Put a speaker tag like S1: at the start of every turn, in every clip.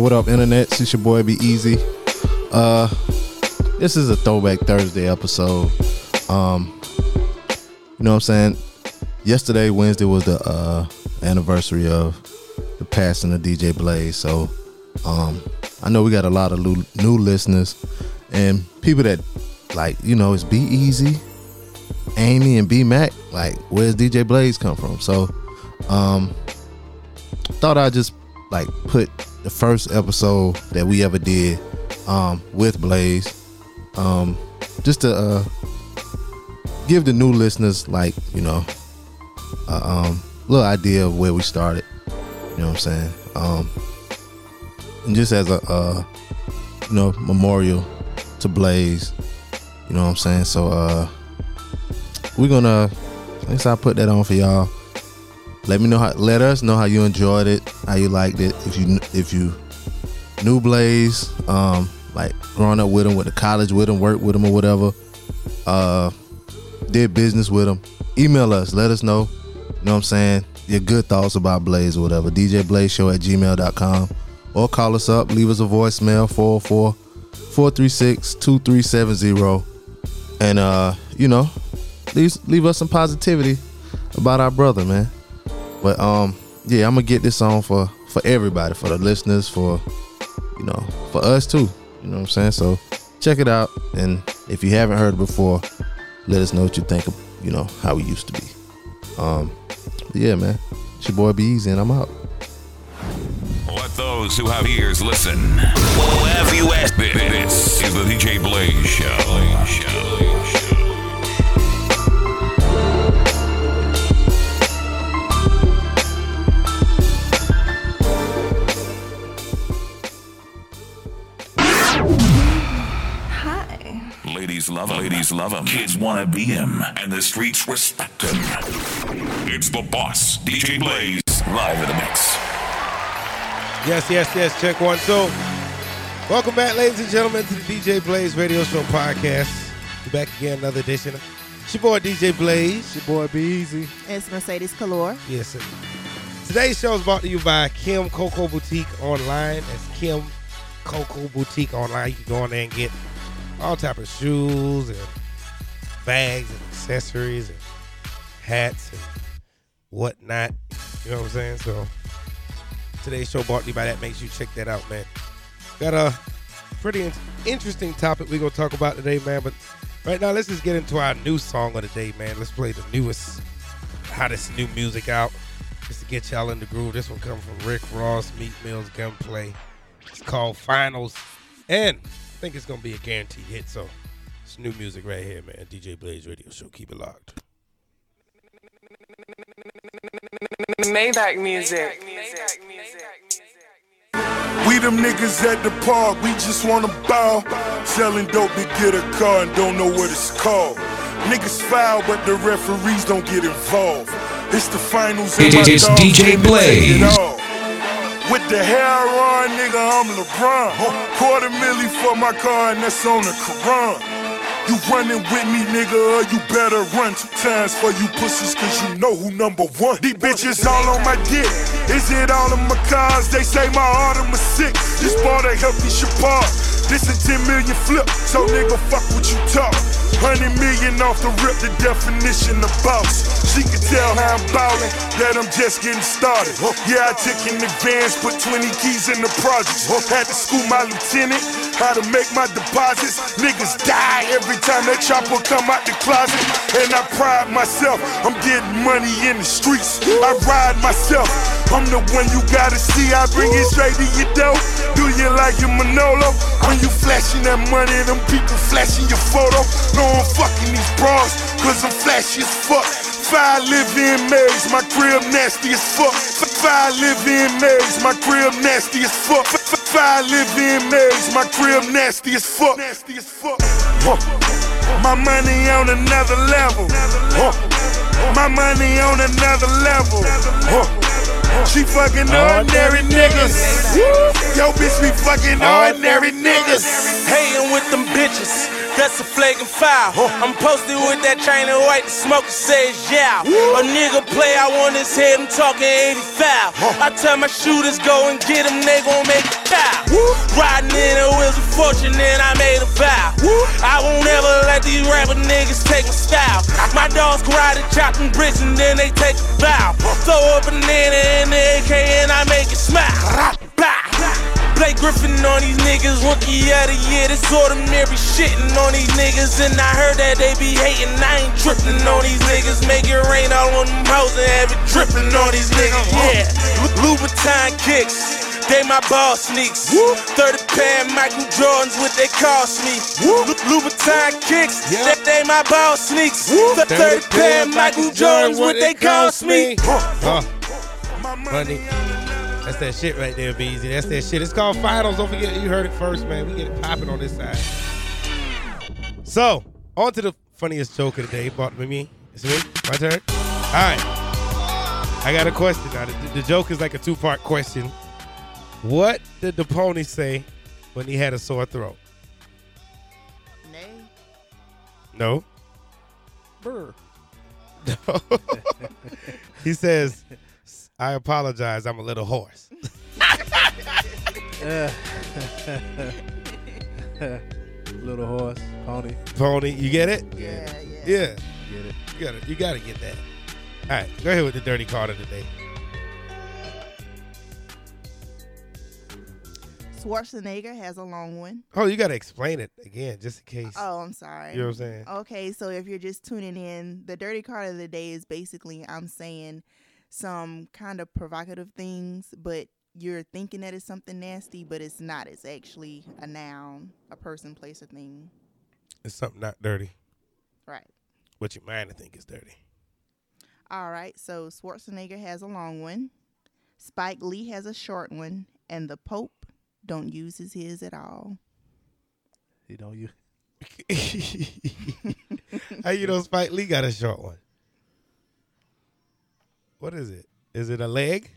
S1: What up, internet? It's your boy Be Easy. Uh, this is a Throwback Thursday episode. Um, you know what I'm saying? Yesterday, Wednesday was the uh anniversary of the passing of DJ Blaze. So, um, I know we got a lot of lu- new listeners and people that like you know it's Be Easy, Amy, and B Mac. Like, where's DJ Blaze come from? So, um, thought I'd just like put the first episode that we ever did um, with Blaze, um, just to uh, give the new listeners like you know a um, little idea of where we started. You know what I'm saying? Um, and just as a uh, you know memorial to Blaze. You know what I'm saying? So uh, we're gonna. I guess I'll put that on for y'all let me know how let us know how you enjoyed it how you liked it if you if you knew blaze um like growing up with him went to college with him worked with him or whatever uh did business with him email us let us know you know what i'm saying your good thoughts about blaze or whatever dj blaze show at gmail.com or call us up leave us a voicemail 404 436 2370 and uh you know leave, leave us some positivity about our brother man but um, yeah, I'm gonna get this on for for everybody, for the listeners, for you know, for us too. You know what I'm saying? So check it out, and if you haven't heard it before, let us know what you think. of You know how we used to be. Um, yeah, man, it's your boy Be Easy, and I'm out.
S2: Let those who have ears listen. Whoever you ask, this is the DJ Blaze Show.
S3: Hi.
S2: Ladies love 'em. Ladies love 'em. Kids wanna be him, and the streets respect him. It's the boss, DJ Blaze, live in the mix.
S4: Yes, yes, yes. Check one, two. Welcome back, ladies and gentlemen, to the DJ Blaze Radio Show podcast. We're back again, another edition. It's your boy DJ Blaze.
S5: Your boy Be Easy.
S3: It's Mercedes Calor.
S4: Yes, sir. Today's show is brought to you by Kim Coco Boutique Online. That's Kim Coco Boutique Online. You can go on there and get all type of shoes and bags and accessories and hats and whatnot. You know what I'm saying? So today's show brought to you by that. Make sure you check that out, man. Got a pretty in- interesting topic we're gonna talk about today, man. But right now, let's just get into our new song of the day, man. Let's play the newest hottest new music out just to get y'all in the groove. This one comes from Rick Ross, Meat Mills, Gunplay. It's called Finals, and I think it's gonna be a guaranteed hit. So it's new music right here, man. DJ Blaze Radio Show. Keep it locked.
S6: Maybach music. Maybach music.
S7: We them niggas at the park, we just wanna ball. Selling dope to get a car and don't know what it's called. Niggas foul, but the referees don't get involved. It's the finals. and
S8: It
S7: my
S8: is DJ
S7: dogs came to take it
S8: Blaze.
S7: all. With the hair on, nigga, I'm LeBron. Quarter milli for my car, and that's on the Quran. You running with me, nigga, or you better run two times for you pussies, cause you know who number one. These bitches all on my dick. Is it all in my cars? They say my Autumn is sick. This ball they healthy Shabazz. This a 10 million flip, so nigga, fuck what you talk. 100 million off the rip, the definition of boss. She can tell how I'm ballin', that I'm just getting started. Yeah, I took in advance, put 20 keys in the project. Had to school my lieutenant how to make my deposits. Niggas die every time that chopper come out the closet. And I pride myself, I'm getting money in the streets. I ride myself, I'm the one you gotta see. I bring it straight to your door. Do you like your Manolo? When you flashing that money, them people flashing your photo. No, I'm fucking these bras, cause I'm flashy as fuck. Five live in maze, my crib nasty as fuck. F- Five live in maze, my crib nasty as fuck. F- Five live in maze, my crib nasty as fuck. Nasty as fuck. Huh. My money on another level. Huh. My money on another level. Huh. She fucking ordinary niggas. Yo, bitch, we fucking ordinary niggas.
S9: Hating with them bitches, that's a flagrant foul. I'm posted with that train of white, the smoker says yeah. A nigga play, I want his head, I'm talking 85. I tell my shooters, go and get him, they gon' make it cow. Riding in a wheels of fortune, and I made a vow. I won't ever let these rapper niggas take my style. My dogs karate chop them bricks, and then they take a bow. Throw up a banana in the AK, and I make it smile. Bah. Blake Griffin on these niggas, rookie of the year. This ordinary shitting on these niggas, and I heard that they be hating. I ain't tripping on these niggas. Make it rain all on them hoes and have it dripping on these niggas. Yeah, Lu- Louboutin kicks. They my ball sneaks. 30 pair Michael Jordans, what they cost me. Lu- Louboutin kicks.
S4: Yeah.
S9: They, they my ball sneaks.
S4: 30
S9: 30 pair Michael Jordans, what they cost me.
S4: Huh.
S7: Money.
S4: Money. That's that shit right there, Beezy. That's that shit. It's called finals. Don't forget, it. you heard it first, man. We get it popping on this side. So, on to the funniest joke of the day. Bought by me. It's me. My turn. All right. I got a question now. The, the joke is like a two part question. What did the pony say when he had a sore throat?
S3: Nay.
S4: No. No. he says, I apologize. I'm a little hoarse.
S1: Little horse, pony.
S4: Pony, you get it?
S3: Yeah, yeah.
S4: Yeah.
S1: Get it.
S4: You gotta, you gotta get that. All right, go ahead with the dirty card of the day.
S3: Schwarzenegger has a long one.
S4: Oh, you gotta explain it again, just in case.
S3: Oh, I'm sorry.
S4: You know what I'm saying?
S3: Okay, Oh. so if you're just tuning in, the dirty card of the day is basically I'm saying some kind of provocative things, but you're thinking that it's something nasty, but it's not. It's actually a noun, a person, place, or thing.
S4: It's something not dirty,
S3: Right.
S4: but your mind I think is dirty.
S3: All right, so Schwarzenegger has a long one, Spike Lee has a short one, and the Pope don't use his his at all.
S1: You know you.
S4: How you know Spike Lee got a short one? What is it? Is it a leg?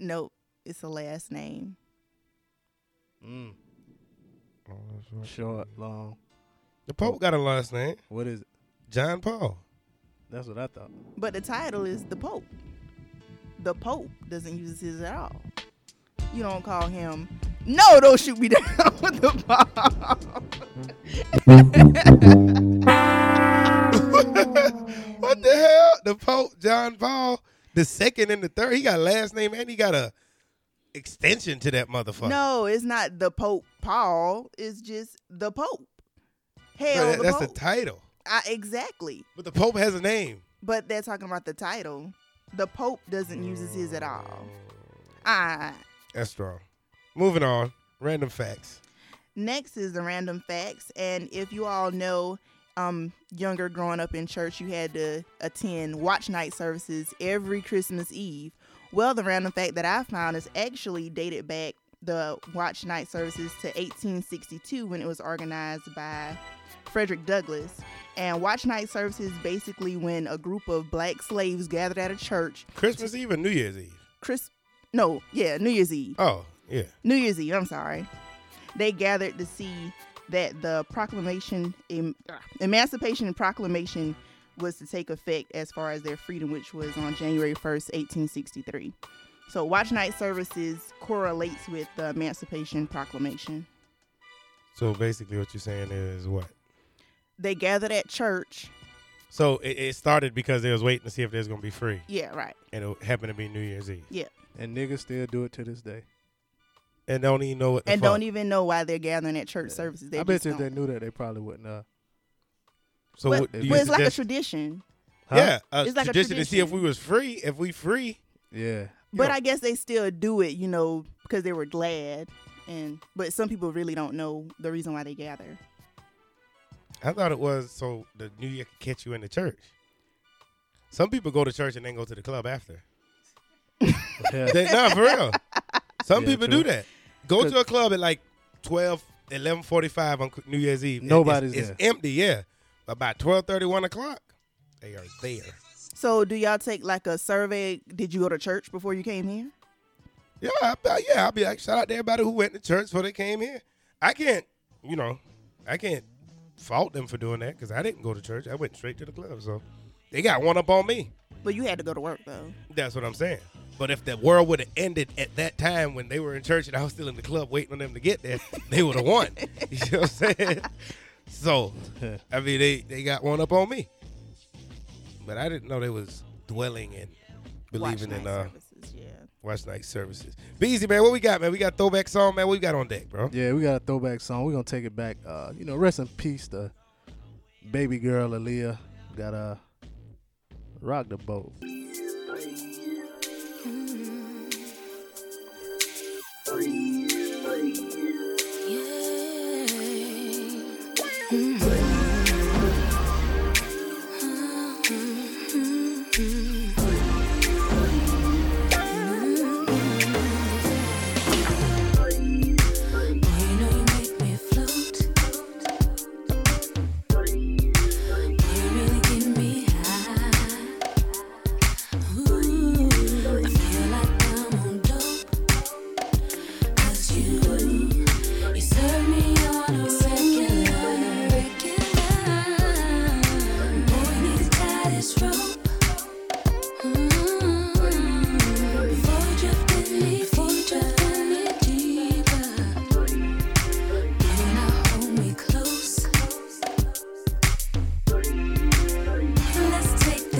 S3: Nope, it's a last name.
S1: Short, long.
S4: The Pope got a last name,
S1: What is it?
S4: John Paul.
S1: That's what I thought.
S3: But the title is the Pope. The Pope doesn't use his at all. You don't call him. No, don't shoot me down with the bomb.
S4: What the hell? The Pope, John Paul, the second and the third. He got last name and he got a extension to that motherfucker.
S3: No, it's not the Pope Paul. It's just the Pope. Hell,
S4: But
S3: the
S4: that's the
S3: Pope.
S4: title.
S3: I, exactly.
S4: But the Pope has a name.
S3: But they're talking about the title. The Pope doesn't use his at all. Ah.
S4: That's strong. Moving on. Random facts.
S3: Next is the random facts, and if you all know, um, younger growing up in church, you had to attend watch night services every Christmas Eve. Well, the random fact that I found is actually dated back the watch night services to 1862 when it was organized by Frederick Douglass. And watch night services basically when a group of black slaves gathered at a church.
S4: Christmas Eve or New Year's Eve?
S3: Chris, no, yeah, New Year's Eve.
S4: Oh, yeah.
S3: New Year's Eve, I'm sorry. They gathered to see that the proclamation, em, ah, Emancipation Proclamation, was to take effect as far as their freedom, which was on January 1st, 1863. So, watch night services correlates with the Emancipation Proclamation.
S4: So basically, what you're saying is what?
S3: They gathered at church.
S4: So it, it started because they was waiting to see if there's gonna be free,
S3: Yeah, right.
S4: and it happened to be New Year's Eve,
S3: Yeah.
S1: And niggas still do it to this day.
S4: and don't even know what. The
S3: And
S4: fuck.
S3: don't even know why they're gathering at church services. They
S1: I bet
S3: just
S1: you if they
S3: don't.
S1: knew that, they probably wouldn't. Uh,
S4: So
S3: But-
S4: what do you
S3: but it's like a
S4: suggest-
S3: tradition.
S4: yeah, a
S3: It's like a
S4: tradition to see if
S3: tradition.
S4: we was free. If we free,
S1: yeah.
S3: But
S4: Yeah.
S3: I guess they still do it, you know, because they were glad. And but some people really don't know the reason why they gather.
S4: I thought it was so the New Year could catch you in the church. Some people go to church and then go to the club after.
S1: yeah.
S4: They, nah, for real. Some
S1: Yeah,
S4: people
S1: true.
S4: do that. Go to
S1: Cause-
S4: a club at like 12, 11.45 on New Year's Eve. and
S1: Nobody's
S4: it's,
S1: there.
S4: It's empty, yeah. But by 12.30, 1 o'clock, they are there.
S3: So do y'all take like a survey? Did you go to church before you came here?
S4: Yeah, I, I- yeah. I'll be like, shout out to everybody who went to church before they came here. I can't, you know, I can't fault them for doing that because I didn't go to church. I went straight to the club. So they got one up on me.
S3: But you had to go to work though.
S4: That's what I'm saying. But if the world would have ended at that time when they were in church and I was still in the club waiting on them to get there, they would have won. you know what I'm saying? So, I mean, they, they got one up on me. But I didn't know they was dwelling and believing
S3: Watch
S4: in
S3: night
S4: uh,
S3: services, yeah.
S4: watch night services. Beezy, man, what we got, man? We got throwback song, man. What we got on deck, bro?
S1: Yeah, we got a throwback song. We're gonna take it back. Uh, you know, rest in peace to baby girl Aaliyah. Got uh rock the boat.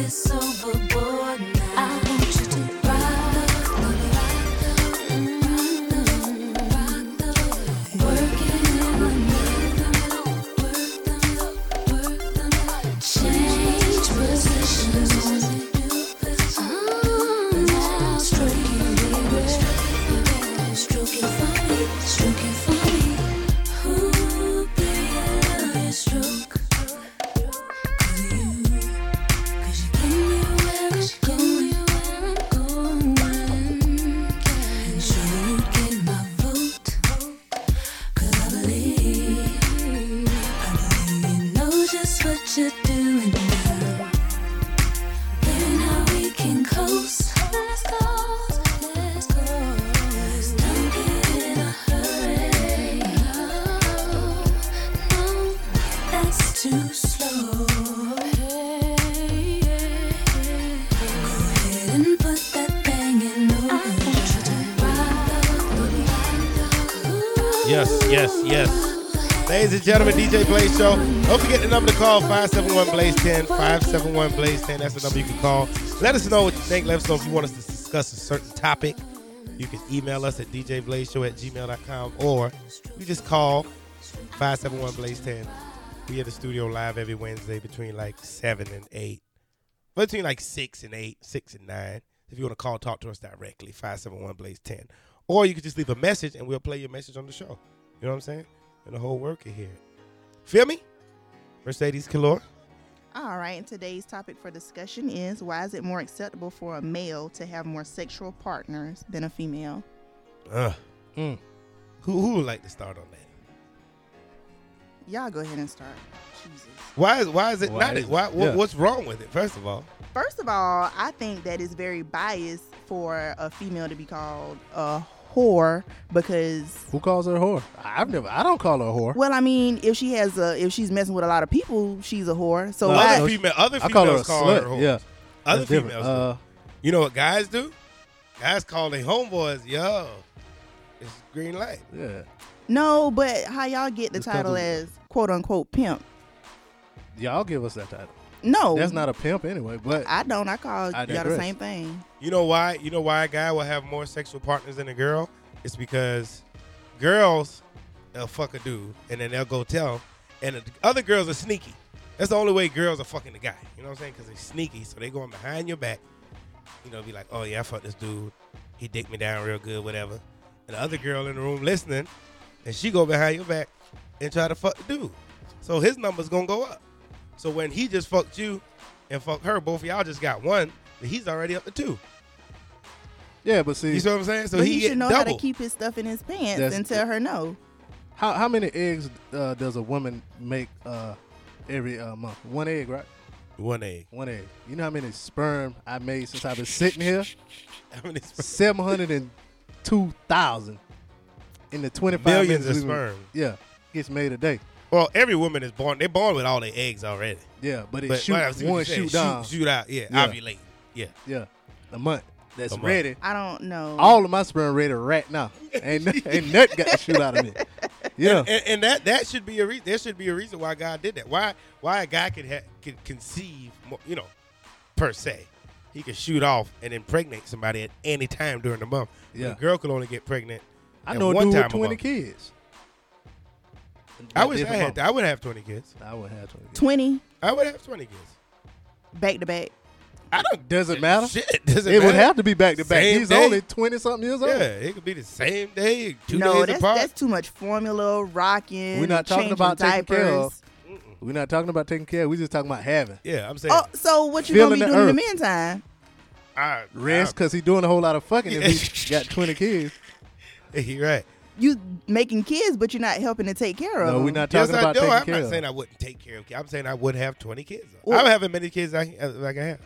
S10: Overboard now. I want you to rock the boat. Change positions. Ah, stroking, baby. Stroking for me, stroking for me. Ooh, baby, I love your stroke. 'Cause you, 'cause you get me where I'm going, where I'm going. And sure you get my vote. Cause I believe, I believe you know just what you're doing now. Baby, now we can coast. Let's coast, let's go. Don't get in a hurry. No, no, that's too slow. Go ahead and put that bang in motion.
S4: Yes, yes, yes. Ladies and gentlemen, DJ Blaze Show. Don't forget the number to call 571 Blaze 10. 571 Blaze 10. That's the number you can call. Let us know what you think. Let us know if you want us to discuss a certain topic. You can email us at djblazeshow at gmail.com or you just call 571 Blaze 10. We at the studio live every Wednesday between like 7 and 8. Between like 6 and 8, 6 and 9. If you want to call, talk to us directly, 571 Blaze 10. Or you can just leave a message and we'll play your message on the show. You know what I'm saying? And the whole world can hear it. Feel me? Mercedes Calor.
S3: All right, and today's topic for discussion is why is it more acceptable for a male to have more sexual partners than a female?
S4: Uh, mm. who, who would like to start on that?
S3: Y'all go ahead and start. Jesus.
S4: Why is why is it
S1: Why
S4: not?
S1: is it?
S4: Why, what,
S1: Yeah.
S4: What's wrong with it? First of all,
S3: First of all, I think that it's very biased for a female to be called a whore because
S1: Who calls her a whore? I- I've never I don't call her a whore.
S3: well, I mean, if she has a if she's messing with a lot of people, she's a whore. So
S1: No,
S3: why
S1: Uh, I know
S4: other female, other
S1: I
S4: females
S1: call her a
S4: her
S1: slut.
S4: whore.
S1: yeah.
S4: other
S1: that's different.
S4: females. do.
S1: Uh,
S4: you know what guys do? Guys call their homeboys, yo. It's green light.
S1: yeah.
S3: No, but how y'all get the
S1: It's
S3: title
S1: called a-
S3: as quote unquote pimp?
S1: Y'all give us that title.
S4: Oh.
S3: No.
S1: That's not a pimp anyway, but
S3: I don't. I call
S1: I
S3: y'all the
S1: digress.
S3: same thing.
S4: You know why? You know why a guy will have more sexual partners than a girl? It's because girls they'll fuck a dude and then they'll go tell him, and the other girls are sneaky. That's the only way girls are fucking the guy. You know what I'm saying? Because they're sneaky, so they going behind your back. You know, be like, oh yeah, I fucked this dude. He dicked me down real good, whatever. And the other girl in the room listening, and she go behind your back and try to fuck the dude. So his number's gonna go up. So when he just fucked you and fucked her, both of y'all just got one, but he's already up to two.
S1: yeah, but see
S4: You see what I'm saying? So
S3: but
S4: he,
S3: he,
S4: get
S3: should know how
S4: double.
S3: to keep his stuff in his pants
S1: That's-
S3: and tell her no.
S1: how how many eggs uh, does a woman make uh, every uh, month? One egg, right?
S4: one egg.
S1: One egg. You know how many sperm I made since I've been sitting here?
S4: How many sperm?
S1: Seven hundred and two thousand in the twenty five
S4: Millions
S1: minutes
S4: of
S1: we were-
S4: sperm.
S1: yeah, gets made a day.
S4: Well, every woman is born. They're born with all their eggs already.
S1: Yeah, but it
S4: But
S1: shoot
S4: well, I see what
S1: one
S4: you said.
S1: shoot down.
S4: shoot, shoot out. Yeah,
S1: Yeah.
S4: ovulate. Yeah,
S1: Yeah, a month. that's
S4: Come on.
S1: ready.
S3: I don't know.
S1: All of my sperm ready right now. Ain't, ain't nothing got to shoot out of me. Yeah.
S4: And, and that that should be a reason. There should be a reason why God did that. Why why a guy can ha- can conceive, more, you know, per se, he can shoot off and impregnate somebody at any time during the month.
S1: Yeah.
S4: a girl could only get pregnant.
S1: I
S4: at
S1: know a
S4: one
S1: dude
S4: time
S1: with
S4: a
S1: 20
S4: month.
S1: kids.
S4: I wish I
S1: Different
S4: had.
S1: mama.
S4: I would have twenty kids.
S1: I would have 20 kids.
S3: Twenty
S4: I would have twenty kids.
S3: back to back.
S4: I don't.
S1: Doesn't matter.
S4: Shit, does
S1: It would have to be back to back.
S4: Same
S1: He's
S4: day.
S1: only 20 something years old.
S4: Yeah, it could be the same day, two
S3: no,
S4: days
S3: that's
S4: apart.
S3: that's too much formula rocking.
S1: We're not talking
S3: changing
S1: about taking
S3: diapers.
S1: care of. We're not talking about taking care. We're just talking about having.
S4: yeah, I'm saying.
S3: Oh, so what you gonna
S1: Feeling the
S3: be doing in the
S1: earth.
S3: meantime?
S4: I,
S1: Rest because he's doing a whole lot of fucking if he
S4: Yeah.
S1: got 20 kids.
S4: I, you're right.
S3: You making kids, but you're not helping to take care of.
S1: No, we're
S3: them.
S1: not
S4: Yes,
S1: talking
S4: I
S1: about
S4: do.
S1: taking
S4: I'm
S1: care
S4: not
S1: of.
S4: saying I wouldn't take care of kids. I'm saying I would have 20 kids.
S3: Well-
S4: I'm having many kids I, as I can have.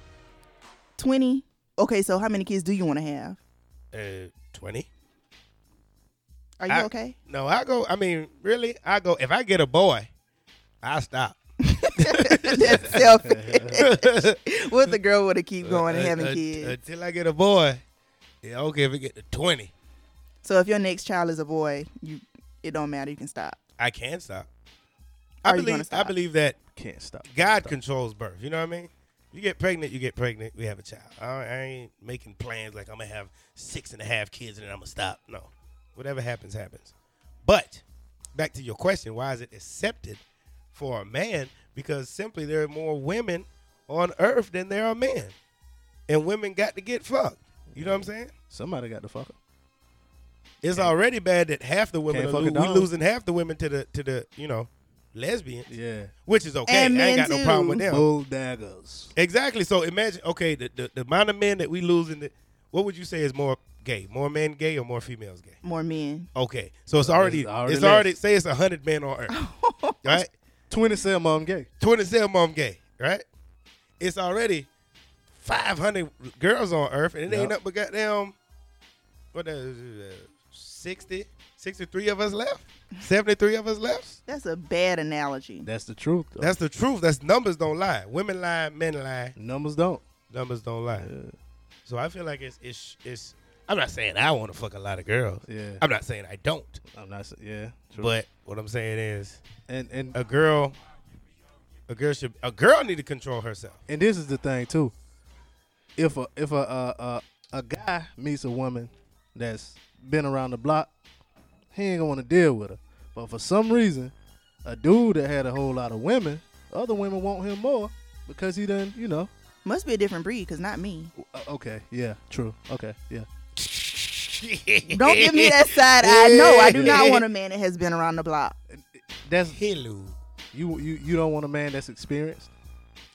S3: Twenty. Okay, so how many kids do you want to have?
S4: Uh, 20.
S3: Are you
S4: I-
S3: okay?
S4: No, I go. I mean, really, I go. If I get a boy, I stop.
S3: That's selfish. What's a girl would to keep going and
S4: Uh,
S3: having
S4: uh,
S3: kids?
S4: until I get a boy. Yeah, okay. If we get to 20,
S3: so if your next child is a boy, you it don't matter. You can stop.
S4: I can stop.
S3: Are you
S4: I
S3: gonna
S4: believe. I
S3: stop?
S4: believe that
S1: Can't stop.
S4: God controls birth. You know what I mean? You get pregnant, you get pregnant. We have a child. I, I ain't making plans like I'm gonna have six and a half kids and then I'm gonna stop. No, whatever happens, happens. But back to your question, why is it accepted for a man? Because simply there are more women on earth than there are men, and women got to get fucked. You know what I'm saying?
S1: Somebody got to fuck him.
S4: It's already bad that half the women
S1: Can't fuck
S4: are lo-
S1: a dog.
S4: we losing half the women to the to the you know lesbians,
S1: Yeah.
S4: which is okay.
S3: And
S4: I
S3: men
S4: ain't got
S3: too.
S4: no problem with them.
S1: Bull daggers.
S4: Exactly. So imagine, okay, the, the, the amount of men that we losing, the, what would you say is more gay? More men gay or more females gay?
S3: More men.
S4: Okay. So it's already, it's
S1: already
S4: already,
S1: less.
S4: say it's 100 men on earth, right?
S1: 20 said mom gay.
S4: 27 of them gay, right? It's already 500 girls on earth, and it
S1: Yup.
S4: ain't nothing but goddamn, what the, uh, 60, 63 of us left? 73 of us left?
S3: That's a bad analogy.
S1: That's the truth. though.
S4: That's the truth. That's numbers don't lie. Women lie, men lie.
S1: Numbers don't.
S4: numbers don't lie. So I feel like it's it's it's. I'm not saying I want to fuck a lot of girls.
S1: Yeah.
S4: I'm not saying I don't.
S1: I'm not saying. Yeah. True.
S4: But what I'm saying is,
S1: and and
S4: a girl, a girl should a girl need to control herself.
S1: and this is the thing too. If a if a uh, uh, a guy meets a woman that's been around the block, he ain't gonna want to deal with her. But for some reason, a dude that had a whole lot of women, other women want him more because he done you know.
S3: Must be a different breed, cause not me.
S1: uh, okay. Yeah. True. Okay. Yeah.
S3: Don't give me that side eye. No, I do not want a man that has been around the block.
S1: That's
S4: Hello.
S1: you you you don't want a man that's experienced.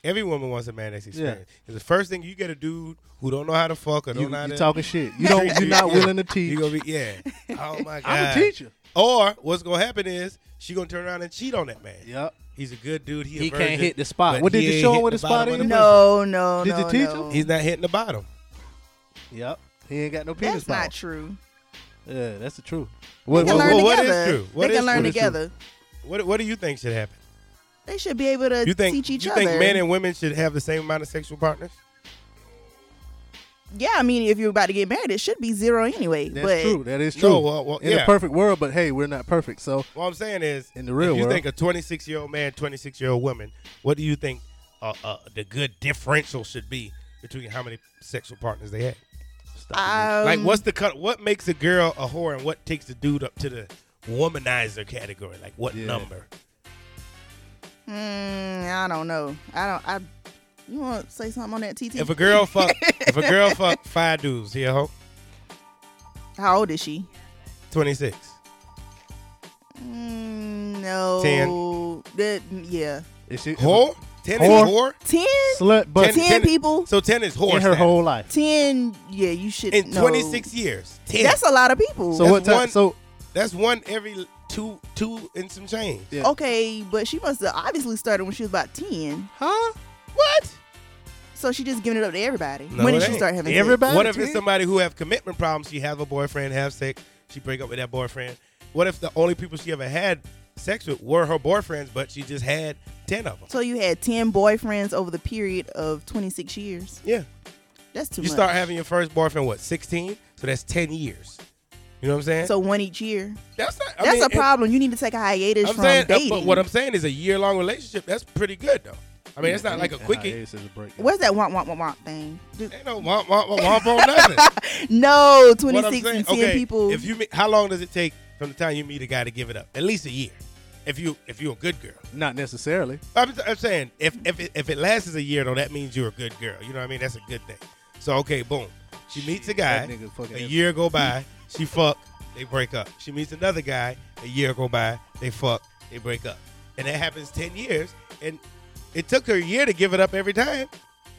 S4: Every woman wants a man that's experienced. It's the first thing you get a dude who don't know how to fuck or don't
S1: You,
S4: know how
S1: you
S4: to
S1: talking shit. You don't. You're not willing to teach.
S4: You gonna be yeah. Oh my god.
S1: I'm a teacher.
S4: Or what's gonna happen is she gonna turn around and cheat on that man.
S1: Yep.
S4: He's a good dude. He, a
S1: He can't
S4: virgin,
S1: hit the spot.
S4: but
S1: What, did
S4: he
S1: you
S4: ain't
S1: show him
S4: hit
S1: where the spot
S4: bottom of
S1: is?
S4: the
S3: No, no,
S1: Did
S3: no.
S1: you teach
S3: no.
S1: him?
S4: He's not hitting the bottom.
S1: Yep. He ain't got no penis.
S3: That's not
S1: power.
S3: true.
S1: Yeah, that's the truth.
S3: They
S1: What,
S3: can
S4: Well,
S3: learn
S4: well, what is
S3: together.
S4: true? What
S3: they can
S4: is-
S3: learn
S1: what is true?
S3: together.
S4: What What do you think should happen?
S3: They should be able to
S4: You think
S3: teach each
S4: you
S3: other.
S4: think men and women should have the same amount of sexual partners?
S3: yeah, I mean, if you're about to get married, it should be zero anyway.
S1: That's
S3: but
S1: true. That is true.
S4: No, well, well,
S1: in a
S4: yeah.
S1: perfect world, but hey, we're not perfect. So
S4: What I'm saying is,
S1: In the real
S4: if you
S1: world.
S4: think a 26 year old man, 26 year old woman, what do you think uh, uh, the good differential should be between how many sexual partners they had?
S3: um,
S4: like, what's the cut? What makes a girl a whore, and what takes the dude up to the womanizer category? Like, what
S1: Yeah.
S4: number?
S3: mm, I don't know. I don't. I. You want to say something on that TT?
S4: If a girl fuck, if a girl fuck five dudes, yeah, ho,
S3: How old is she?
S4: 26.
S3: Mm, no. That- yeah.
S1: is she
S4: Whore, ten is
S1: Whore?
S4: whore.
S3: Ten.
S1: slut
S3: Ten
S1: but
S4: Ten- ten-
S3: people.
S4: So ten is whore.
S1: in her
S4: status.
S1: whole life?
S3: Ten. Yeah, you should.
S4: in
S3: no.
S4: 26 years. 10.
S3: That's a lot of people.
S1: So
S4: That's
S1: what time?
S4: one-
S1: So
S4: That's one every two two and some change.
S1: yeah.
S3: Okay, but she must have obviously started when she was about ten.
S1: huh?
S4: What?
S3: So she just giving it up to everybody.
S4: No,
S3: when
S4: it
S3: did she
S4: ain't.
S3: start having sex?
S1: Everybody.
S4: What if it's
S1: 10?
S4: somebody who have commitment problems? She have a boyfriend, have sex, she break up with that boyfriend. What if the only people she ever had sex with were her boyfriends, but she just had ten of them?
S3: So you had ten boyfriends over the period of twenty six years.
S4: Yeah,
S3: That's too
S4: You
S3: much.
S4: start having your first boyfriend, what, 16? So that's 10 years. You know what I'm saying?
S3: so one each year.
S4: that's not, I
S3: That's
S4: mean,
S3: a
S4: it-
S3: problem. you need to take a hiatus
S4: I'm
S3: from
S4: saying, uh,
S3: dating.
S4: but what I'm saying is a year long relationship, that's pretty good, though. I mean, it's not like a quickie.
S1: Hiatus is a break.
S3: Where's that womp womp womp womp thing? Dude,
S4: Ain't no womp, womp, womp, womp on nothing.
S3: no,
S4: What
S3: 26
S4: I'm saying,
S3: and 10
S4: okay,
S3: people.
S4: If you meet, how long does it take from the time you meet a guy to give it up? At least a year. If you if you're a good girl,
S1: Not necessarily.
S4: I'm, I'm saying if if it, if it lasts as a year though, that means you're a good girl. You know what I mean? That's a good thing. So okay, boom. She meets a guy.
S1: that nigga fucking
S4: A
S1: every-
S4: year go by. She fuck. They break up. She meets another guy. A year go by. They fuck. They break up. And that happens ten years. And it took her a year to give it up every time.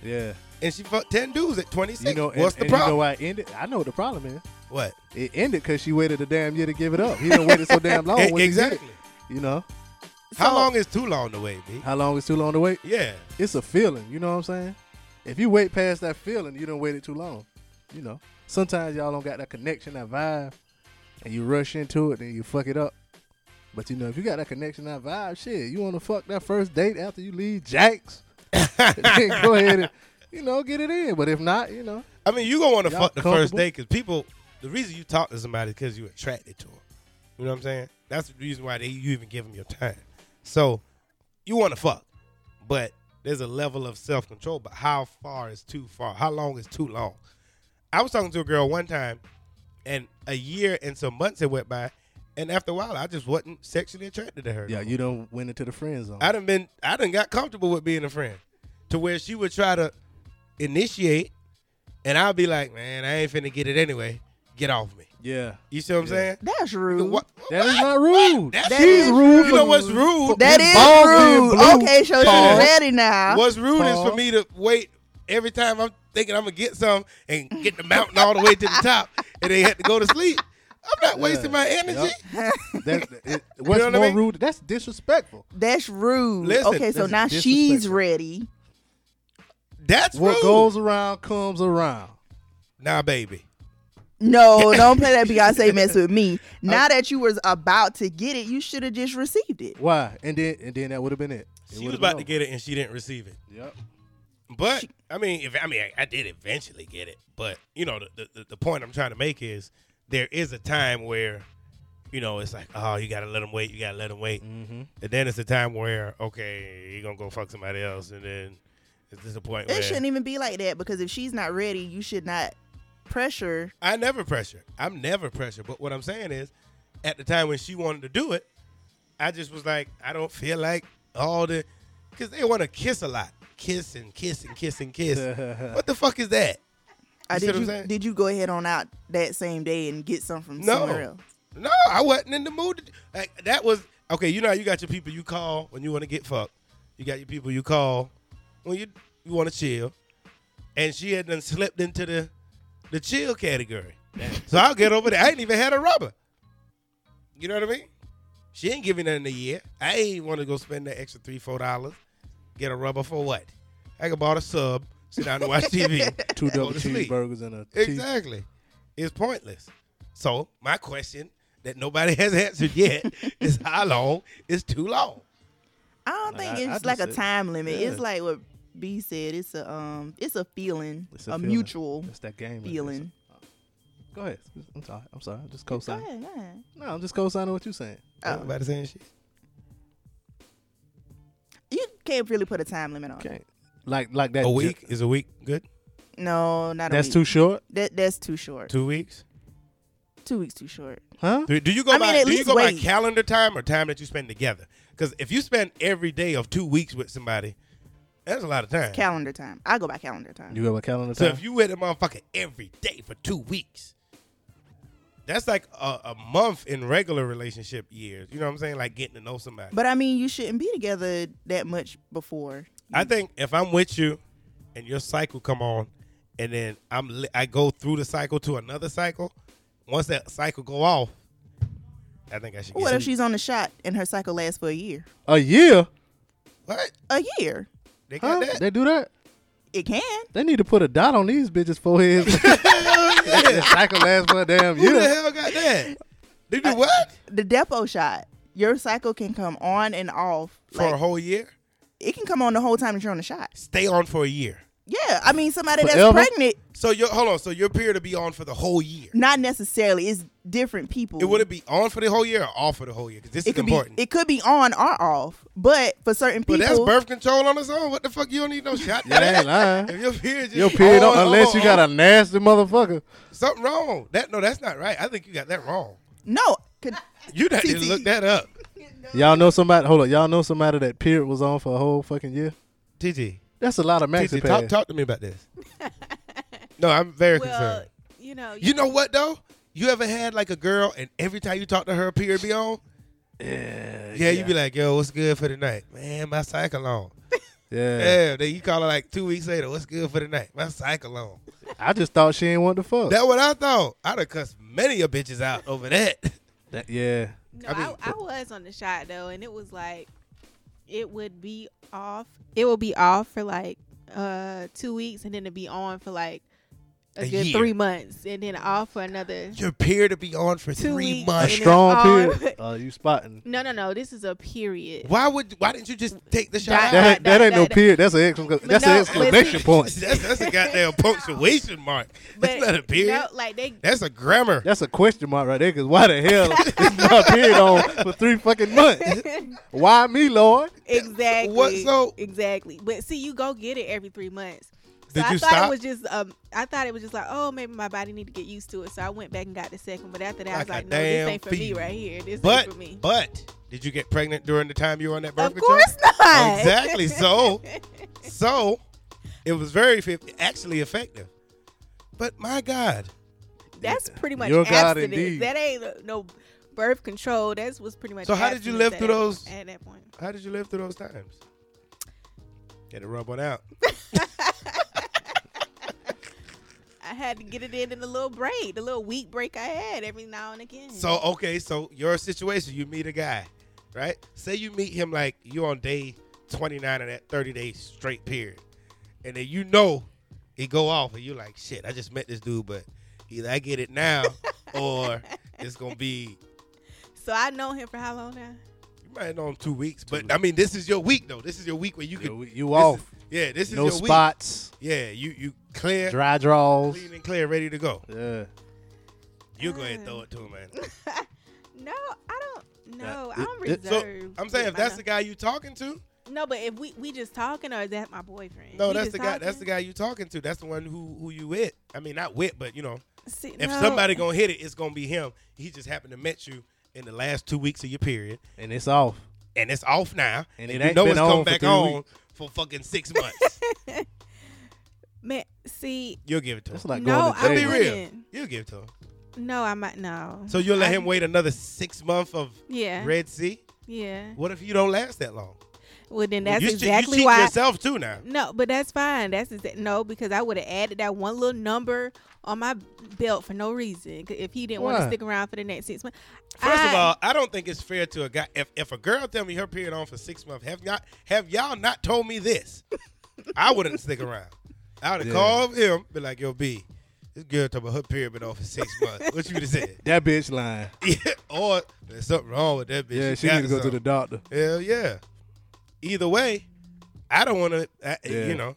S1: Yeah.
S4: And she fucked ten dudes at 26.
S1: You know,
S4: What's
S1: and,
S4: the
S1: and you
S4: problem?
S1: know why it ended? I know what the problem is.
S4: what?
S1: It ended because she waited a damn year to give it up. He done waited so damn long.
S4: E-
S1: when he did it,
S4: exactly.
S1: You know,
S4: How
S3: So-
S4: long is too long to wait, B?
S1: how long is too long to wait?
S4: Yeah.
S1: It's a feeling. You know what I'm saying? If you wait past that feeling, you done waited too long. You know, sometimes y'all don't got that connection, that vibe, and you rush into it, then you fuck it up. But you know, if you got that connection, that vibe, shit, you want to fuck that first date after you leave Jack's? then go ahead and, you know, get it in. But if not, you know,
S4: I mean, you gonna want to
S1: Y'all
S4: fuck the first
S1: comfortable?
S4: day because people. The reason you talk to somebody is because you're attracted to them. You know what I'm saying? That's the reason why they, you even give them your time. So you want to fuck, but there's a level of self control. But how far is too far? How long is too long? I was talking to a girl one time, and a year and some months had went by, and after a while, I just wasn't sexually attracted to her.
S1: yeah, you done went into the friend zone.
S4: I done been I done got comfortable with being a friend. To where she would try to initiate and I'll be like, Man, I ain't finna get it anyway. Get off me.
S1: yeah,
S4: You see what I'm saying?
S3: That's rude.
S4: What-
S1: that is not rude.
S4: That's
S3: That
S1: She's
S3: is
S1: rude.
S4: You know what's rude?
S3: That
S1: This
S3: is
S1: ball's
S3: rude.
S1: being blue.
S3: Okay, so she's
S4: Pause.
S3: ready now.
S4: What's rude is for
S1: Pause.
S4: me to wait every time I'm thinking I'm gonna get some and get the mountain all the way to the top and they had to go to sleep. I'm not wasting my energy.
S1: That, it, what's
S4: what I
S1: more
S4: mean?
S1: rude? That's disrespectful.
S3: That's rude.
S4: Listen,
S3: okay, so
S1: that's
S3: now she's
S1: disrespectful.
S3: ready.
S4: That's
S1: What
S4: rude.
S1: goes around comes around.
S4: Nah, baby.
S3: No, don't play that Beyonce mess with
S4: Uh,
S3: me. Now that you was about to get it, you should have just received it.
S1: Why? And then and then that would have been it. It
S4: She was
S1: would've
S4: about to
S1: been
S4: get it and she didn't receive it.
S1: over. Yep.
S4: But I mean, if I mean, I, I did eventually get it. But you know, the, the the point I'm trying to make is there is a time where, you know, it's like, oh, you gotta let him wait, you gotta let him wait, and then it's a time where, okay, you gonna go fuck somebody else, and then it's just a point where
S3: It shouldn't e even be like that because if she's not ready, you should not pressure.
S4: I never pressure. I'm never pressure. But what I'm saying is, at the time when she wanted to do it, I just was like, I don't feel like all the, because they want to kiss a lot, kiss and kiss and kiss and kiss. what the fuck is that?
S3: Uh,
S4: see
S3: did
S4: what I'm
S3: you
S4: saying?
S3: did you go ahead on out that same day and get some from
S4: No.
S3: somewhere else?
S4: No, I wasn't in the mood. To, like, that was okay. You know, how you got your people you call when you want to get fucked. You got your people you call when you you want to chill. And she had done slipped into the the chill category. So I'll get over there. I ain't even had a rubber. You know what I mean? She ain't giving nothing a year. I ain't want to go spend that extra three four dollars. Get a rubber for what? I could bought a sub, sit down and watch TV.
S1: Two double
S4: Go to sleep.
S1: cheeseburgers and a cheese-
S4: Exactly. It's pointless. So my question that nobody has answered yet is how long is too long?
S3: I don't
S1: Like,
S3: think
S1: I- I
S3: it's like a
S1: just said-
S3: time limit. It's
S1: yeah.
S3: like what B said. It's a um, it's a feeling,
S1: It's
S3: a,
S1: feeling.
S3: mutual
S1: It's that game.
S3: feeling.
S1: Go ahead. I'm sorry. I'm sorry. I'm just
S3: Go
S1: co-signing.
S3: ahead, go ahead.
S1: No, I'm just co-signing what you're saying.
S3: Oh.
S4: Nobody saying shit.
S3: You can't really put a time limit on. it.
S1: Okay. Like like that.
S4: A
S1: ju-
S4: week is a week good?
S3: No, not
S1: That's
S3: a week.
S1: too short,
S3: That that's too short. Two,
S4: Two weeks?
S3: weeks too short.
S1: huh?
S4: Do, do you go
S3: I mean,
S4: by
S3: at
S4: do you
S3: least
S4: go by
S3: wait.
S4: calendar time or time that you spend together? Because if you spend every day of two weeks with somebody, that's a lot of time.
S3: Calendar time. I go by calendar time.
S1: You have a calendar
S4: so
S1: time.
S4: if you with a motherfucker every day for two weeks, that's like a, a month in regular relationship years. You know what I'm saying? Like getting to know somebody.
S3: but I mean, you shouldn't be together that much before.
S4: I think if I'm with you and your cycle come on, and then I'm li- I go through the cycle to another cycle. Once that cycle go off, I think I should. Get
S3: What if
S4: some-
S3: she's on the shot and her cycle lasts for a year?
S1: a year,
S4: What?
S3: A year.
S4: They
S1: huh?
S4: got that?
S1: They do that.
S3: It can.
S1: They need to put a dot on these bitches foreheads. cycle lasts for a damn
S4: Who the
S1: year.
S4: hell got that? They do what
S3: The depot shot. Your cycle can come on and off.
S4: for
S3: Like,
S4: a whole year?
S3: it can come on the whole time that you're on the shot.
S4: Stay on for a year.
S3: Yeah, I mean somebody
S1: Forever?
S3: that's pregnant,
S4: So your hold on. So your period will be on for the whole year.
S3: not necessarily. It's different people.
S4: It would it be on for the whole year or off for the whole year? 'Cause this is
S3: It could
S4: important.
S3: be. It could be on or off, but for certain
S4: but
S3: people,
S4: that's birth control on its own. What the fuck? You don't need no shot.
S1: That ain't lying.
S4: If your period, just
S1: Your period,
S4: on,
S1: don't, unless
S4: on,
S1: you got
S4: on,
S1: a nasty motherfucker.
S4: something wrong. That no, that's not right. I think you got that wrong.
S3: no. Could,
S4: You done didn't
S3: TT.
S4: look that up,
S1: Y'all know somebody. Hold up. Y'all know somebody that period was on for a whole fucking year.
S4: TT.
S1: That's a lot of maxi
S4: TT, talk,
S1: pads.
S4: talk to me about this. no, I'm very
S11: Well,
S4: concerned.
S11: you know,
S4: You know what though? You ever had like a girl, and every time you talk to her, her period be on. Yeah, yeah, you be like, yo, what's good for the night, man? My cycle on.
S1: Yeah.
S4: Yeah, then you call her like two weeks later. What's good for the night? My cycle on.
S1: I just thought she ain't want to fuck.
S4: That what I thought. I'd have cussed many a bitches out over that.
S1: That- yeah.
S11: No,
S4: I
S11: I,
S4: mean-
S11: I, was on the shot though, and it was like it would be off. It would be off for like uh two weeks, and then it'd be on for like a,
S4: A
S11: good
S4: year.
S11: three months, and then off for another.
S4: Your period to be on for
S11: Two
S4: three
S11: weeks.
S1: A
S11: And
S4: months.
S11: it's
S1: strong
S11: on.
S1: period. Uh, you spotting.
S11: No, no, no. This is a period.
S4: Why would? Why didn't you just take the shot?
S11: That-
S4: out?
S1: That, ain't- that
S11: that-
S1: ain't no
S11: that-
S1: period. That's an excla- that's an
S11: no,
S1: exclamation
S11: listen.
S1: point.
S4: That's, that's a goddamn punctuation mark. That's not a period.
S11: No, like they.
S4: That's a grammar.
S1: That's a question mark right there. Cause why the hell is my period on for three fucking months? Why me, Lord?
S11: Exactly.
S4: What- so-
S11: exactly. But see, you go get it every three months. So
S4: Did
S11: I
S4: you
S11: thought
S4: stop?
S11: it was just um I thought it was just like, oh maybe my body need to get used to it. So I went back and got the second. But after that I
S4: Like
S11: was
S4: a
S11: like, no, this
S4: damn
S11: ain't for me
S4: feed.
S11: right here. This
S4: but
S11: ain't for me.
S4: but did you get pregnant during the time you were on that birth
S11: of
S4: control?
S11: course not.
S4: Exactly. So so it was very fe- actually effective. But my God,
S11: That's pretty much
S1: Your God
S11: abstinence.
S1: indeed.
S11: That ain't no birth control. That's what's pretty much.
S4: So how did you
S11: abstinence
S4: live
S11: at
S4: through
S11: that-
S4: those-
S11: At that point,
S4: how did you live through those times? Get to rub one out.
S11: I had to get it in in the little break, the little week break I had every now and again.
S4: So okay, so your situation, you meet a guy, right? Say you meet him like you on day twenty nine of that thirty day straight period, and then you know he go off, and you like, shit, I just met this dude, but either I get it now or it's gonna be.
S11: so I know him for how long now?
S4: You might know him two weeks, but I mean, this is your week though. This is your week where
S1: You,
S4: you can.
S1: you
S4: this is-
S1: off.
S4: yeah, this is
S1: No
S4: your
S1: spots.
S4: week. Yeah, you you clear,
S1: Dry draws.
S4: clean and clear, ready to go.
S1: Yeah.
S4: You go ahead and throw it to him, man.
S11: No, I don't. No,
S1: it-
S11: I'm
S1: it-
S11: reserved.
S4: So I'm saying if
S11: with
S4: that's
S11: my-
S4: the guy you talking to,
S11: no, but if we we just talking or is that my boyfriend?
S4: No,
S11: We
S4: that's
S11: just
S4: the guy. That's the
S11: talking?
S4: guy you talking to. That's the one who who you with. I mean, not with, but you know,
S11: See,
S4: if
S11: no.
S4: somebody gonna hit it, it's gonna be him. He just happened to met you in the last two weeks of your period,
S1: And it's off.
S4: and it's off now,
S1: And it
S4: you
S1: ain't
S4: know
S1: been
S4: it's
S1: on
S4: come
S1: for
S4: back
S1: three
S4: on for fucking six months.
S11: man, see,
S4: You'll give it to him.
S1: It's like going
S11: no,
S1: to
S11: I
S1: jail.
S4: Be real.
S11: wouldn't.
S4: You'll give it to him.
S11: No, I might no.
S4: So you'll let
S11: I-
S4: him wait another six months of
S11: Yeah,
S4: Red Sea.
S11: yeah.
S4: What if you don't last that long?
S11: Well, then
S4: Well,
S11: that's
S4: you, che- you
S11: exactly
S4: cheat
S11: why.
S4: yourself too now.
S11: No, but that's fine. That's exa- no because I would have added that one little number on my belt for no reason. 'Cause If he didn't want
S1: Why?
S11: to stick around for the next six months,
S4: First
S11: I,
S4: of all, I don't think it's fair to a guy. If, if a girl tell me her period on for six months, have not have y'all not told me this? I wouldn't stick around. I would have
S1: Yeah.
S4: called him, be like, "Yo, B, this girl talking about her period been on for six months. What you would have said?
S1: That bitch lying.
S4: or there's something wrong with that bitch.
S1: Yeah, she need to go to the
S4: doctor.
S1: doctor.
S4: Hell yeah. Either way, I don't want to.
S1: Yeah.
S4: You know,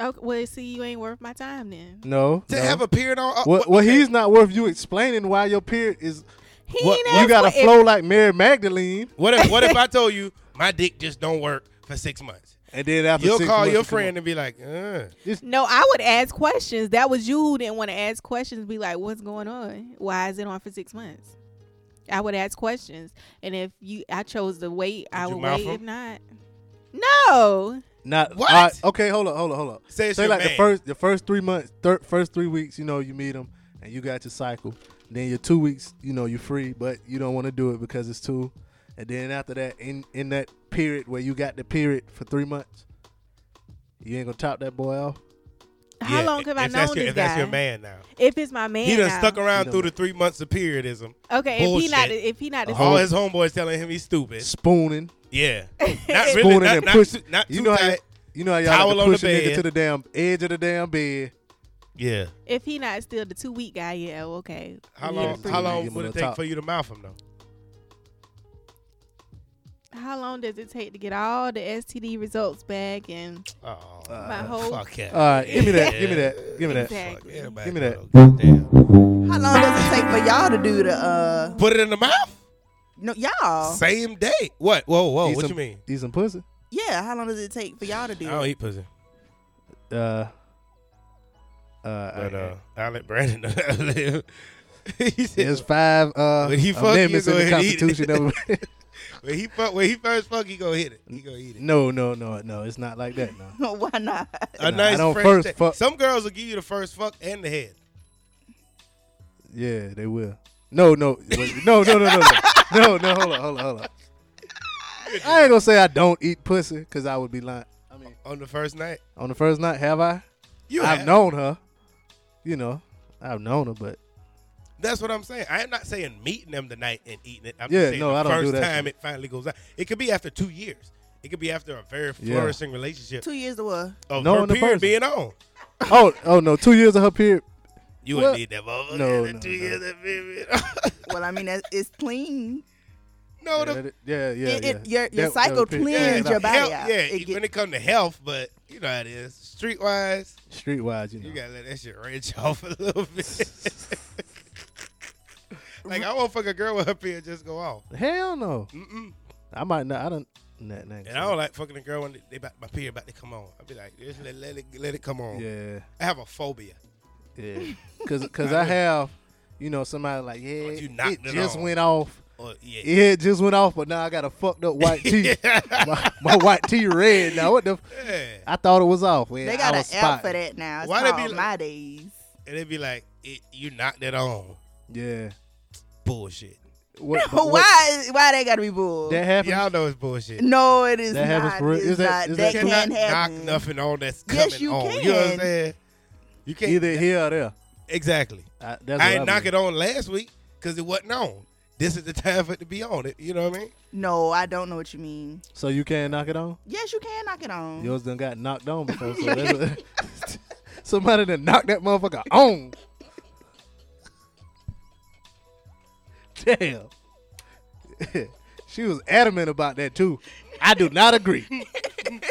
S11: okay, well, see, you ain't worth my time then.
S1: No.
S4: to
S1: no.
S4: have a period on. uh,
S1: well,
S4: what-
S1: well,
S4: okay.
S1: he's not worth you explaining why your period is.
S11: He
S4: What-
S11: ain't
S4: what-
S1: You
S11: asked
S1: got to
S11: for it.
S1: flow like Mary Magdalene,
S4: What if what if I told you my dick just don't work for six months?
S1: and then after
S4: You'll
S1: six
S4: call
S1: months,
S4: your
S1: you come
S4: friend and be like, uh,
S11: No, I would ask questions. That was you who didn't want to ask questions. Be like, what's going on? Why is it on for six months? I would ask questions, and if you, I chose to wait. I
S4: you
S11: would
S4: mouth
S11: wait.
S4: him?
S11: If not, no.
S1: Not
S4: What?
S1: all right, okay, hold up, hold up, hold up.
S4: Say it's your
S1: like
S4: man.
S1: the first, the first three months, thir- first three weeks, you know, you meet him and you got your cycle. Then your two weeks, you know, you're free, but you don't want to do it because it's two. And then after that, in in that period where you got the period for three months, you ain't gonna top that boy off.
S11: How
S4: Yeah,
S11: long have I
S4: if that's
S11: known
S4: your-
S11: this
S4: If that's your
S11: guy?
S4: man now.
S11: If it's my man,
S4: he done
S11: now.
S4: stuck around
S1: He
S4: through
S1: done-
S4: the three months of periodism.
S11: Okay, if he not,
S4: Bullshit.
S11: if he not,
S4: All his homeboys telling him he's stupid.
S1: Spooning,
S4: Yeah, not really.
S1: spooning,
S4: Not,
S1: and
S4: not,
S1: pushing.
S4: too, not
S1: you
S4: too
S1: know how
S4: tight.
S1: you know how y'all
S4: Towel
S1: like
S4: on
S1: to
S4: the
S1: push a nigga
S4: bed.
S1: to the damn edge of the damn bed.
S4: Yeah.
S11: if he not still the two week guy, yeah, okay.
S4: How
S11: Yeah,
S4: long?
S11: free.
S4: How
S1: You
S4: long
S1: give him
S4: would
S1: a
S4: it
S1: top.
S4: take for you to mouth him though?
S11: How long does it take to get all the STD results back? And
S4: Oh,
S11: My whole-
S4: fuck yeah.
S1: All right, Uh, give me that. Give me that. Give me that.
S11: Exactly.
S4: Everybody
S1: Give me that.
S4: know, goddamn.
S3: How long does it take for y'all to do the uh
S4: Put it in the mouth.
S3: no y'all?
S4: Same day. What? Whoa, whoa.
S1: Uh-huh. Eat
S4: Oh, what
S1: some-
S4: you mean?
S1: Eat some pussy.
S3: Yeah, how long does it take for y'all to
S4: I
S3: do
S4: don't
S3: it?
S4: eat pussy.
S1: Uh, uh,
S4: But
S1: I-
S4: uh, I let Brandon know. he said,
S1: There's five uh,
S4: When he fuck you,
S1: amendments in
S4: go
S1: the
S4: ahead and eat
S1: Constitution. that we-
S4: when he fuck, when he first fuck, he go hit it. He go eat it.
S1: no, no, no, no. It's not like that. No.
S3: Why not?
S4: A
S1: Nah, I
S4: nice
S1: don't
S4: fresh
S1: first
S4: day.
S1: fuck-
S4: Some girls will give you the first fuck and the head.
S1: Yeah, they will. No, no, wait, no, no, no, no, no, no, no. Hold on, hold on, hold on. I ain't gonna say I don't eat pussy because I would be lying. I mean,
S4: on the first night.
S1: on the first night, have I?
S4: You
S1: I've
S4: have.
S1: known her. You know, I've known her, but
S4: That's what I'm saying. I am not saying meeting them tonight and eating it. I'm
S1: Yeah,
S4: just saying
S1: no,
S4: the
S1: I don't
S4: first
S1: do that
S4: time
S1: shit.
S4: it finally goes out. It could be after two years. It could be after a very
S1: Yeah.
S4: flourishing relationship
S3: Two years to what?
S4: of
S1: Knowing
S4: her
S1: the
S4: period
S1: person.
S4: being on.
S1: oh, oh no, two years of her period.
S4: You wouldn't
S1: What?
S4: need that motherfucker.
S1: No,
S4: after
S1: no,
S4: two
S1: no.
S4: years of period. being
S3: Well, I mean that it's clean.
S4: on. no,
S1: Yeah,
S4: the
S1: that- yeah, yeah.
S3: It- it-
S1: yeah.
S3: your- your
S1: That-
S3: cycle
S1: that was period.
S3: cleans
S1: Yeah, nah,
S3: your body
S4: health-
S3: out.
S4: Yeah,
S3: It
S4: you-
S3: get-
S4: when it comes to health, but you know how it is. Street wise,
S1: Streetwise, you know.
S4: you gotta let that shit wrench off a little bit. like I won't fuck a girl with her period just go off.
S1: Hell no.
S4: Mm-mm.
S1: I might not. I don't. Nah, nah,
S4: And I don't like fucking a girl when they about, my period about to come on. I'd be like, just let, let it let it come on.
S1: Yeah,
S4: I have a phobia.
S1: yeah. Cause, cause I have, you know, somebody like, yeah,
S4: But Oh, you knocked
S1: it
S4: it
S1: just
S4: off.
S1: went off.
S4: Or Oh, yeah.
S1: Yeah, it just went off, but now I got a fucked up white tee. my, my white tee red now. What the? F-
S4: Yeah.
S1: I thought it was off. Man.
S3: They got
S1: I
S3: an
S1: was
S3: app for
S1: spotting.
S3: that now. It's
S4: Why they be
S3: called
S4: like-
S3: My Days.
S4: And they'd be like, it, you knocked it on.
S1: Yeah.
S4: Bullshit.
S1: What, but what-
S3: why? Why they gotta be bull?
S1: that happened?
S4: Y'all know it's bullshit.
S3: no, it is
S1: That happens
S3: not.
S1: for real?
S3: It's
S1: Is that-
S3: not.
S1: is
S3: that
S1: that
S4: You
S3: can
S4: cannot knock
S3: happen.
S4: nothing on that's coming
S3: Yes, you
S4: on. You know what I'm
S3: can.
S4: saying? You can't
S1: Either here or there.
S4: exactly.
S1: I, that's
S4: I
S1: what
S4: ain't knock
S1: believe.
S4: it on last week because it wasn't on. This is the time for it to be on it. You know what I mean?
S3: No, I don't know what you mean.
S1: So you can't knock it
S4: Mm-hmm.
S1: on.
S3: Yes, you can knock it on.
S1: Yours done got knocked on before. So that's somebody done knocked that motherfucker on. Damn. she was adamant about that too. I do not agree.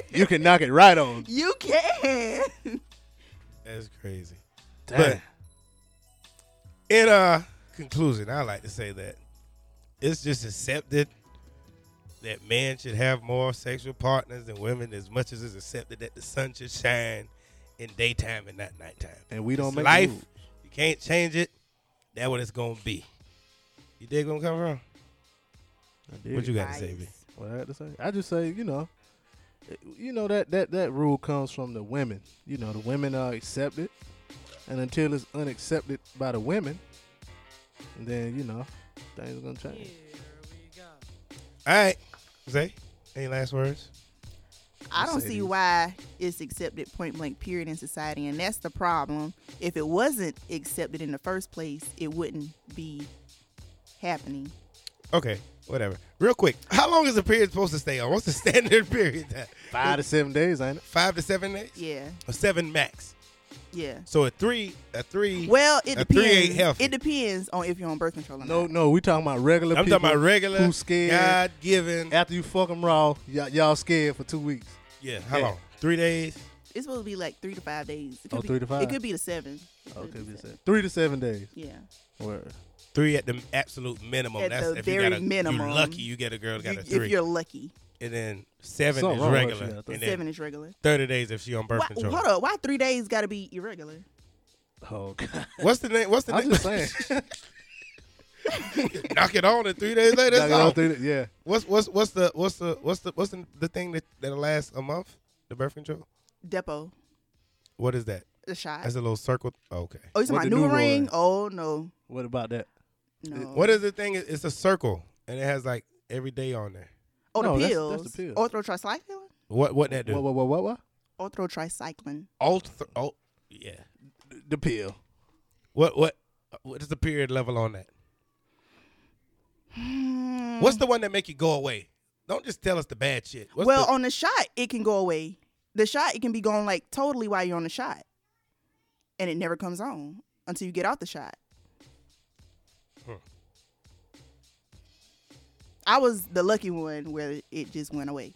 S1: you can knock it right on.
S3: You can.
S4: That's crazy.
S1: Damn.
S4: But in uh conclusion, I like to say that it's just accepted that men should have more sexual partners than women as much as it's accepted that the sun should shine in daytime and not nighttime.
S1: And we don't
S4: It's
S1: make
S4: life.
S1: rules.
S4: You can't change it. That's what it's gonna be. You dig where I'm coming from?
S1: I did
S4: What
S1: it.
S4: you got to say, B?
S3: Nice.
S1: What I had to say? I just say, you know, it- you know that that that rule comes from the women. You know, the women are accepted, and until it's unaccepted by the women, then you know things are gonna change.
S4: All right, Zay. Any last words?
S3: I don't
S1: say
S3: see
S1: this.
S3: why it's accepted point blank period in society, and that's the problem. If it wasn't accepted in the first place, it wouldn't be happening.
S4: Okay, whatever. Real quick, how long is a period supposed to stay on? What's the standard period? Time?
S1: Five to seven days, ain't it?
S4: Five to seven days?
S3: Yeah,
S4: Or seven max.
S3: yeah.
S4: So a three, a three.
S3: Well, it
S4: A three
S3: depends.
S4: ain't healthy.
S3: It depends on if you're on birth control or
S1: No,
S3: not.
S1: no, we talking about regular.
S4: I'm
S1: people
S4: talking about regular,
S1: Who's scared?
S4: God given.
S1: After you fuck them raw, y'all, y'all scared for two weeks.
S4: Yeah, how long? Three days.
S3: It's supposed to be like three to five days. It
S1: Oh,
S3: be,
S1: three to
S3: It
S1: five? Oh,
S3: could be the seven. It could
S1: Okay,
S3: be
S1: we
S3: seven.
S1: said three to seven days.
S3: Yeah.
S1: Word.
S4: Three at the absolute minimum.
S3: At
S4: That's
S3: the
S4: if you
S3: very
S4: got a,
S3: minimum.
S4: You're lucky you get a girl that got
S3: You-
S4: a
S3: if
S4: three.
S3: you're lucky,
S4: and then seven
S1: Something
S4: is
S1: wrong with you,
S4: regular.
S1: I thought.
S4: and then
S3: seven is regular.
S4: thirty days if she on birth
S3: Why,
S4: control.
S3: hold up. Why three days got to be irregular?
S1: Oh God.
S4: What's the name? What's the
S1: I'm
S4: name?
S1: just saying.
S4: Knock it on and three days later.
S1: Knock
S4: It's
S1: it on
S4: off.
S1: three to- yeah.
S4: What's what's what's the what's the what's the what's the, the thing that that'll last a month? The birth control.
S3: Depot,
S4: What is that?
S3: the shot.
S4: That's a little circle. okay.
S3: oh, you talking
S1: What
S3: about
S1: the
S3: new
S1: new
S3: ring?
S1: one?
S3: Oh no,
S1: What about that?
S3: no.
S4: What is the thing? It's a circle, and it has like every day on there.
S3: Oh,
S1: No,
S3: the
S1: that's-
S3: pills.
S1: that's the pill.
S3: Orthortricycline.
S4: What what that do?
S1: What? What? What? What? What?
S3: Orthortricycline.
S4: Alt, alt, yeah.
S1: The pill.
S4: What what what is the period level on that? What's the one that make you go away? Don't just tell us the bad shit. What's
S3: well,
S4: the-
S3: on the shot, it can go away. The shot, it can be gone like totally while you're on the shot, and it never comes on until you get off the shot. I was the lucky one where it just went away.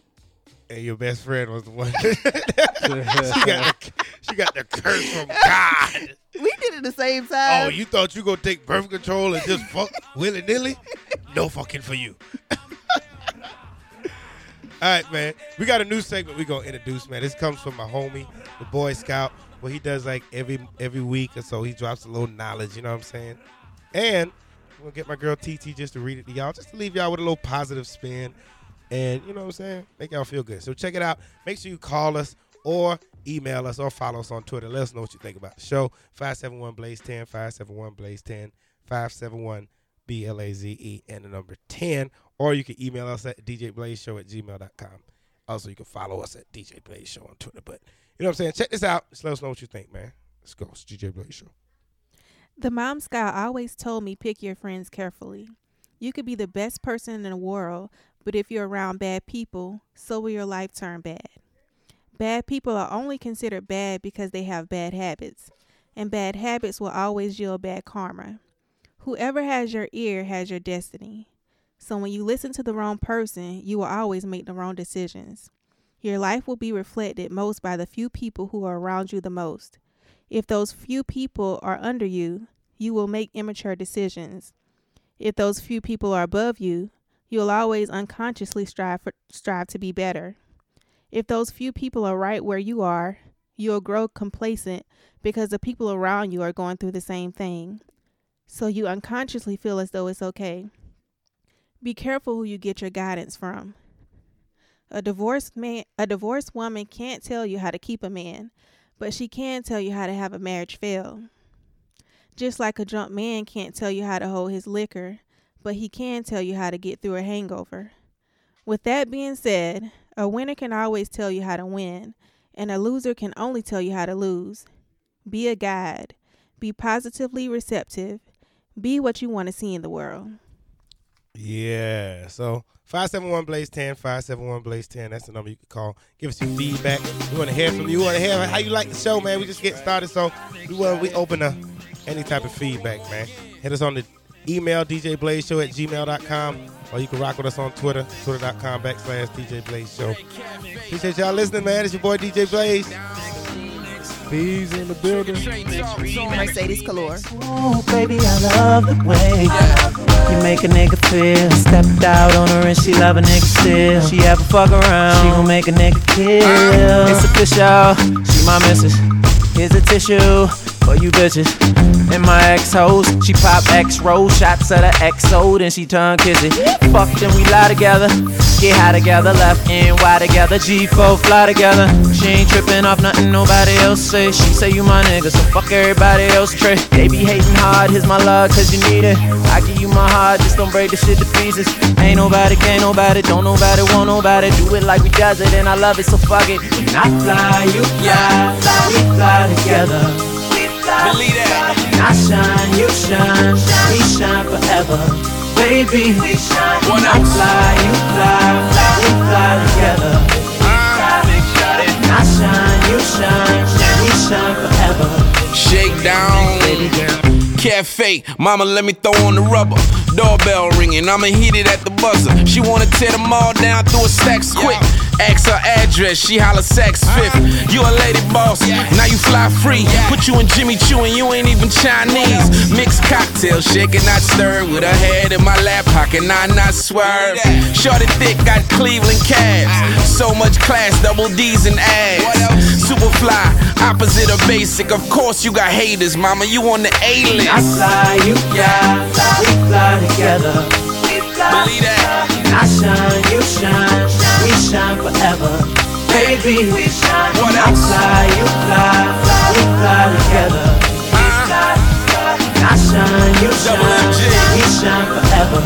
S4: And your best friend was the one. she, got the, she got the curse from God.
S3: We did it the same time.
S4: Oh, you thought you gonna take birth control and just fuck willy nilly? No fucking for you. All right, man. We got a new segment we gonna introduce, man. This comes from my homie, the Boy Scout. What he does like every every week or so, he drops a little knowledge. You know what I'm saying? And we'll get my girl TT just to read it to y'all, just to leave y'all with a little positive spin, and you know what I'm saying? Make y'all feel good. So check it out. Make sure you call us or email us or follow us on Twitter. Let us know what you think about the show. 571 Blaze 10, 571 Blaze 10, 571 B L A Z E, and the number 10. Or you can email us at djblazeshow at gmail.com. Also, you can follow us at DJ Blaze Show on Twitter. But you know what I'm saying? Check this out. Just let us know what you think, man. Let's go. It's DJ Blaze Show.
S11: The mom scout always told me pick your friends carefully. You could be the best person in the world, but if you're around bad people, so will your life turn bad. Bad people are only considered bad because they have bad habits, and bad habits will always yield bad karma. Whoever has your ear has your destiny. So when you listen to the wrong person, you will always make the wrong decisions. Your life will be reflected most by the few people who are around you the most. If those few people are under you, you will make immature decisions. If those few people are above you, you'll always unconsciously strive for, strive to be better. If those few people are right where you are, you'll grow complacent because the people around you are going through the same thing. So you unconsciously feel as though it's okay. Be careful who you get your guidance from. A divorced man, a divorced woman can't tell you how to keep a man, but she can tell you how to have a marriage fail. Just like a drunk man can't tell you how to hold his liquor, but he can tell you how to get through a hangover. With that being said, a winner can always tell you how to win, and a loser can only tell you how to lose. Be a guide, be positively receptive, be what you want to see in the world.
S4: Yeah. So 571 Blaze 10, 571 Blaze 10. That's the number you can call. Give us your feedback. We want to hear from you. We want to hear how you like the show, man. We just get started. So we want we open up any type of feedback, man. Hit us on the email djblazeshow at gmail.com or you can rock with us on Twitter, twitter.com backslash DJ Blaze Show. Appreciate y'all listening, man. It's your boy DJ Blaze.
S1: Bees in the building.
S3: Mercedes Calor.
S12: Ooh, baby, I love the way you make a nigga feel. Stepped out on her and she love a nigga still. She ever fuck around, she gon' make a nigga kill. It's official, she my missus. Here's a tissue for you bitches. And my ex hoes, she pop X roll shots at her ex XO, then she turn kissy. Fuck, then we lie together. Get high together, left and Y together, G4 fly together. She ain't tripping off nothing nobody else say. She say you my nigga, so fuck everybody else tray. They be hating hard, here's my love, cause you need it. I give you my heart, just don't break the shit to pieces. Ain't nobody, can't nobody, don't nobody, want nobody. Do it like we does it, and I love it, so fuck it. When I fly, you fly, fly, we fly together. We fly,
S9: Believe that.
S12: When I shine, you shine, we shine forever. Baby, we shine.
S9: One
S12: When I
S9: up.
S12: fly, you fly, we fly together. Ah, When I shine, you shine, we shine forever.
S9: Shakedown. Cafe, mama, let me throw on the rubber. Doorbell ringing, I'ma hit it at the buzzer. She wanna tear them all down through a stacks quick. Ask her address, she holler sex fifth. You a lady boss, now you fly free. Put you in Jimmy Choo and you ain't even Chinese. Mixed cocktail, shaking, I stir with her head in my lap pocket, I not swerve. Shorty thick, got Cleveland calves. So much class, double D's and abs. Super fly, opposite of basic. Of course you got haters, mama. You on the A
S12: I
S9: list.
S12: fly, you fly, we fly together. We fly,
S9: Believe that.
S12: When I shine, you shine, we shine forever. Baby, we shine.
S9: What
S12: I
S9: else?
S12: fly, you fly, we fly together. We fly, When I shine, you
S9: Uh-huh. Double
S12: shine,
S9: MG.
S12: we shine forever.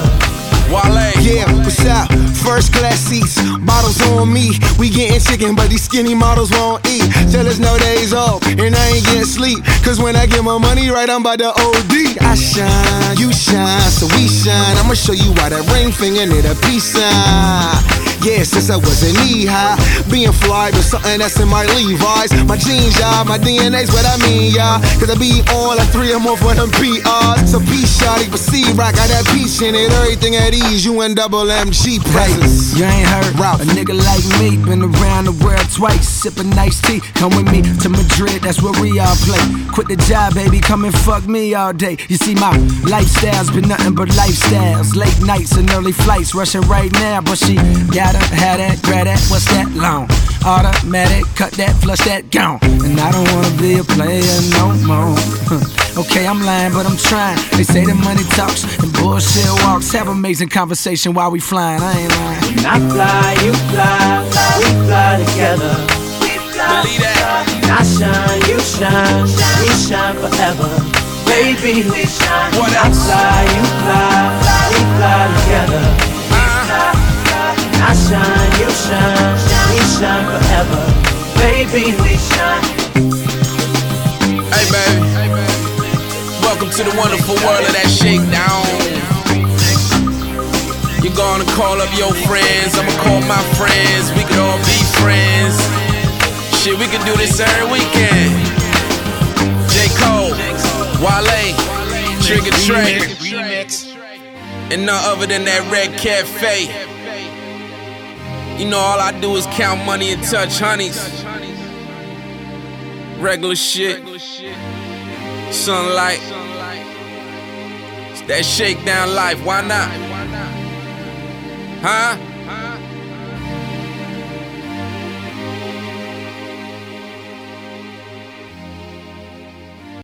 S9: Wale.
S13: Yeah, what's up? First class seats, bottles on me. We getting chicken, but these skinny models won't eat. Tell us no days off, and I ain't getting sleep. Cause when I get my money right, I'm by the OD. I shine, you shine, so we shine. I'ma show you why that ring finger need a peace sign. Yeah, since I was in knee high. Being fly was something that's in my Levi's. My jeans, y'all. My DNA's what I mean, y'all. Cause I be on like three or more for them PRs. So peace, shawty, but see, rock got that peach in it. Everything at ease. You and double MG presents.
S14: You ain't heard A nigga like me been around the world twice, sipping nice tea. Come with me to Madrid, that's where we all play. Quit the job, baby, come and fuck me all day. You see, my lifestyle's been nothing but lifestyles. Late nights and early flights, rushing right now, but she gotta have that, grab that, what's that long? Automatic, cut that, flush that, gone. And I don't wanna be a player no more. okay, I'm lying, but I'm trying. They say the money talks and bullshit walks. Have amazing conversation while we flying. I ain't lying.
S15: When I fly, you fly, we fly together. We fly, When I shine, you shine, we shine forever. Baby, we shine. When I fly, you fly, we fly together. When I shine, you shine, we shine forever. Baby, we shine.
S16: Hey baby. Welcome to the wonderful world of that shakedown. You're gonna call up your friends, I'ma call my friends, we could all be friends. Shit, we could do this every weekend. J. Cole, Wale, Trigger Trey, and none other than that Red Cafe. You know, all I do is count money and touch honeys. Regular shit. Sunlight. It's that shakedown life, why not? Huh?